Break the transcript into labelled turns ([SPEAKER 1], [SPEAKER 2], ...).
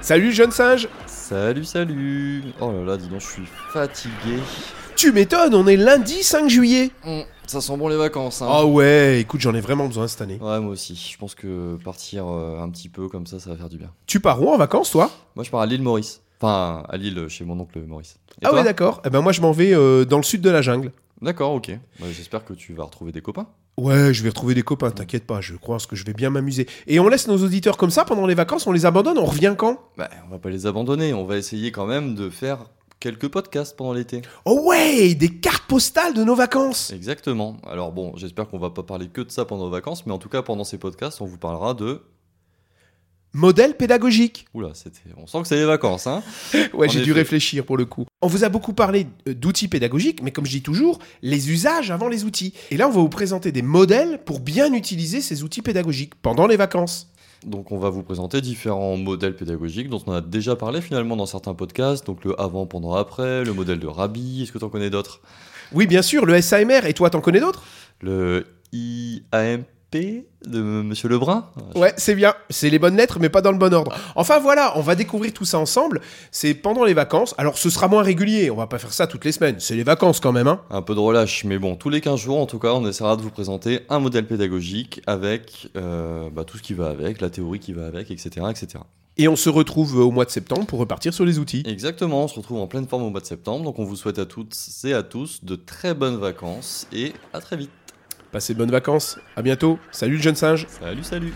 [SPEAKER 1] Salut jeune singe
[SPEAKER 2] Salut, salut Oh là là, dis donc, je suis fatigué.
[SPEAKER 1] Tu m'étonnes, on est lundi 5 juillet
[SPEAKER 2] Hum, ça sent bon les vacances, hein
[SPEAKER 1] Ah ouais, écoute, j'en ai vraiment besoin cette année.
[SPEAKER 2] Oh. Ouais, moi aussi. Je pense que partir euh, un petit peu comme ça, ça va faire du bien.
[SPEAKER 1] Tu pars où en vacances toi
[SPEAKER 2] Moi, je pars à l'île Maurice. Enfin, à l'île chez mon oncle Maurice. Et
[SPEAKER 1] Ah
[SPEAKER 2] toi
[SPEAKER 1] ouais d'accord, eh ben moi je m'en vais euh, dans le sud de la jungle.
[SPEAKER 2] D'accord, ok. Bah, J'espère que tu vas retrouver des copains.
[SPEAKER 1] Ouais, je vais retrouver des copains, t'inquiète pas, je crois que je vais bien m'amuser. Et on laisse nos auditeurs comme ça pendant les vacances, on les abandonne, on revient quand
[SPEAKER 2] Bah, on va pas les abandonner. On va essayer quand même de faire quelques podcasts pendant l'été.
[SPEAKER 1] Oh ouais, des cartes postales de nos vacances
[SPEAKER 2] Exactement. Alors bon, j'espère qu'on va pas parler que de ça pendant les vacances, mais en tout cas, pendant ces podcasts, on vous parlera de...
[SPEAKER 1] Modèle pédagogique
[SPEAKER 2] Oula, c'était... On sent que c'est les vacances, hein
[SPEAKER 1] Ouais,
[SPEAKER 2] En
[SPEAKER 1] j'ai dû
[SPEAKER 2] effet.
[SPEAKER 1] réfléchir pour le coup. On vous a beaucoup parlé euh, d'outils pédagogiques, mais comme je dis toujours, les usages avant les outils. Et là, on va vous présenter des modèles pour bien utiliser ces outils pédagogiques pendant les vacances.
[SPEAKER 2] Donc on va vous présenter différents modèles pédagogiques dont on a déjà parlé finalement dans certains podcasts, donc le avant, pendant, après, le modèle de Rabi, est-ce que tu en connais d'autres
[SPEAKER 1] Oui, bien sûr, le SAMR, et toi, t'en connais d'autres
[SPEAKER 2] Le IAMP de Monsieur Lebrun
[SPEAKER 1] Ouais, c'est bien. C'est les bonnes lettres, mais pas dans le bon ordre. Enfin voilà, on va découvrir tout ça ensemble. C'est pendant les vacances. Alors, ce sera moins régulier, on va pas faire ça toutes les semaines. C'est les vacances quand même, hein.
[SPEAKER 2] Un peu de relâche, mais bon, tous les 15 jours en tout cas, on essaiera de vous présenter un modèle pédagogique avec euh, bah, tout ce qui va avec, la théorie qui va avec, etc. etc.
[SPEAKER 1] Et on se retrouve euh, au mois de septembre pour repartir sur les outils.
[SPEAKER 2] Exactement, on se retrouve en pleine forme au mois de septembre, donc on vous souhaite à toutes et à tous de très bonnes vacances et à très vite.
[SPEAKER 1] Passez de bonnes vacances. À bientôt. Salut le jeune singe.
[SPEAKER 2] Salut, salut